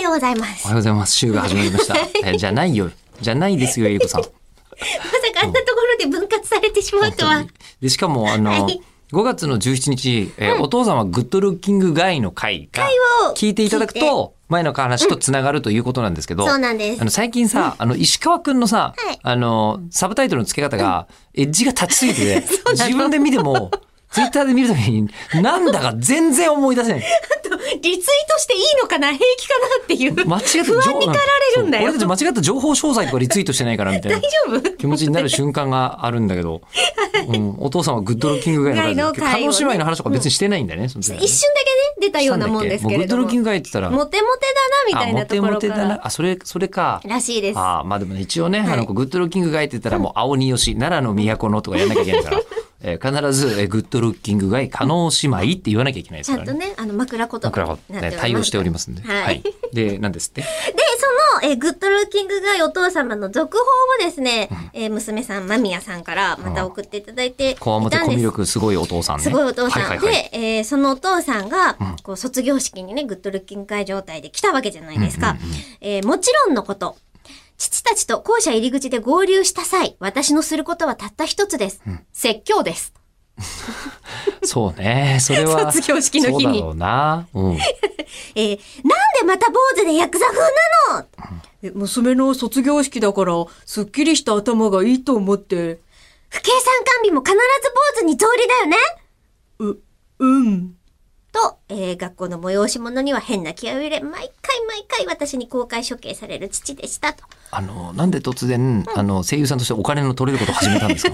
ようございまおす。はまようございます。週が始まりました。えじゃないよ。じゃないですよ、えりこさん。さかあんなところで分割されてしまうとは本当に。で、しかも、あの、はい5月の17日、えーお父様グッドルッキングガイの会がを聞いていただくと、前の話とつながるということなんですけど、そうなんですあの、最近さ、あの、石川くんのさ、はいあの、サブタイトルの付け方が、エッジが立ちすぎ てて、自分で見ても、ツイッターで見るときに、なんだか全然思い出せない。リツイートしていいのかな平気かなっていう。間違って不安に駆られるんだよそう俺たち間違った情報詳細とかリツイートしてないからみたいな大丈夫気持ちになる瞬間があるんだけど、うん、お父さんはグッドルッキングガイの会ガイので会をね叶姉妹の話とか別にしてないんだよね、その時はね一瞬だけね、出たようなもんですけもうグれッどドルッも。キングガイって言ったら、モテモテだな、みたいなとこあろモテかモテら。だなあそれそれからしいです。あまあでもね一応ね、はいあのグッドルッキングガイって言ったらもう青によし奈良の都のとかやんなきゃいけない から、えー必ずえーグッドルッキングガイ叶姉妹って言わなきゃいけないでちすゃかんらとね。ね、あの、枕言葉僕らはになっております。対応しておりますんで。はいで、なんですって。で、その、えーグッドルッキングがお父様の続報をですね、えー娘さん、間宮さんからまた送っていただいていこわもてたコんミュです。力すごいお父さんね。すごいお父さん、はいはいはい、で、えーそのお父さんが、こう卒業式にね、グッドルッキング会状態で来たわけじゃないですか。えーもちろんのこと、父たちと校舎入り口で合流した際、私のすることはたった一つです。説教です。そうね。それ は。卒業式の日にそうだろうな。うん。えーなんでまた坊主でヤクザ風なのえ娘の卒業式だから、すっきりした頭がいいと思って。不計算管理も必ず坊主に草履だよねう、うん。と、えー学校の催し物には変な気合を入れ、毎回毎回私に公開処刑される父でしたと。あの、なんで突然、あの、声優さんとしてお金の取れることを始めたん ですか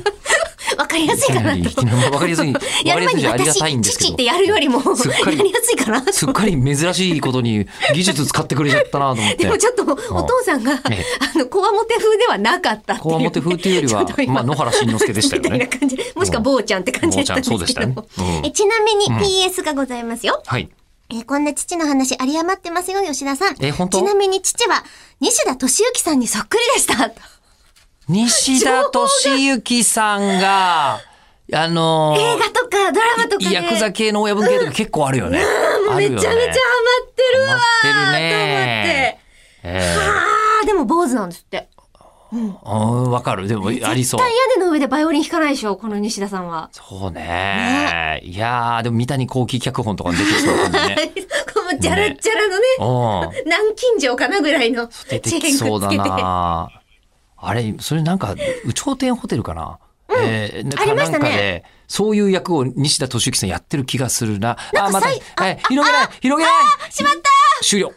わかりやすいかなと。いきなりわかりやすい。わか りやるや前すいにしありが私、たいんですけ父どって。やるよりも、すっやかりりやすいかなと。すっかり珍しいことに技術使ってくれちゃったなと思って。でもちょっと、お父さんが、ええあの、こわもて風ではなかったっていう。こわもて風っていうよ りちょっとは、今まあ、野原慎之介でしたよみたいなね。感じ。もしくは、うん坊ちゃんって感じだったんですけど坊ちゃんそうでしたねうんえちなみに、PS がございますよ。はい。えーこんな父の話、有り余ってますよ、吉田さん。え本当ちなみに、父は、西田敏行さんにそっくりでした。西田敏行さんが、あのー映画とか、ドラマとかで。ヤクザ系の親分系とか結構あるよね。あるめよちねゃめちゃハマってるわーハマってるねと思えって。えはあ、でも坊主なんですって。うんわかる。でも、あり絶そう。対屋根の上でバイオリン弾かないでしょ、この西田さんは。そうねいやー、でも三谷幸喜脚本とかに出てきそうな感じは ね。いこのジャラッジャラのね、うん。南京錠かなぐらいのチェ出てーンくっきつけて。そうだなあれ、それなんか、有頂天ホテルかな、えーなありましたねなんかで、そういう役を西田敏行さんやってる気がするな。あ、また、さいあはい、広げない広げないしまった終了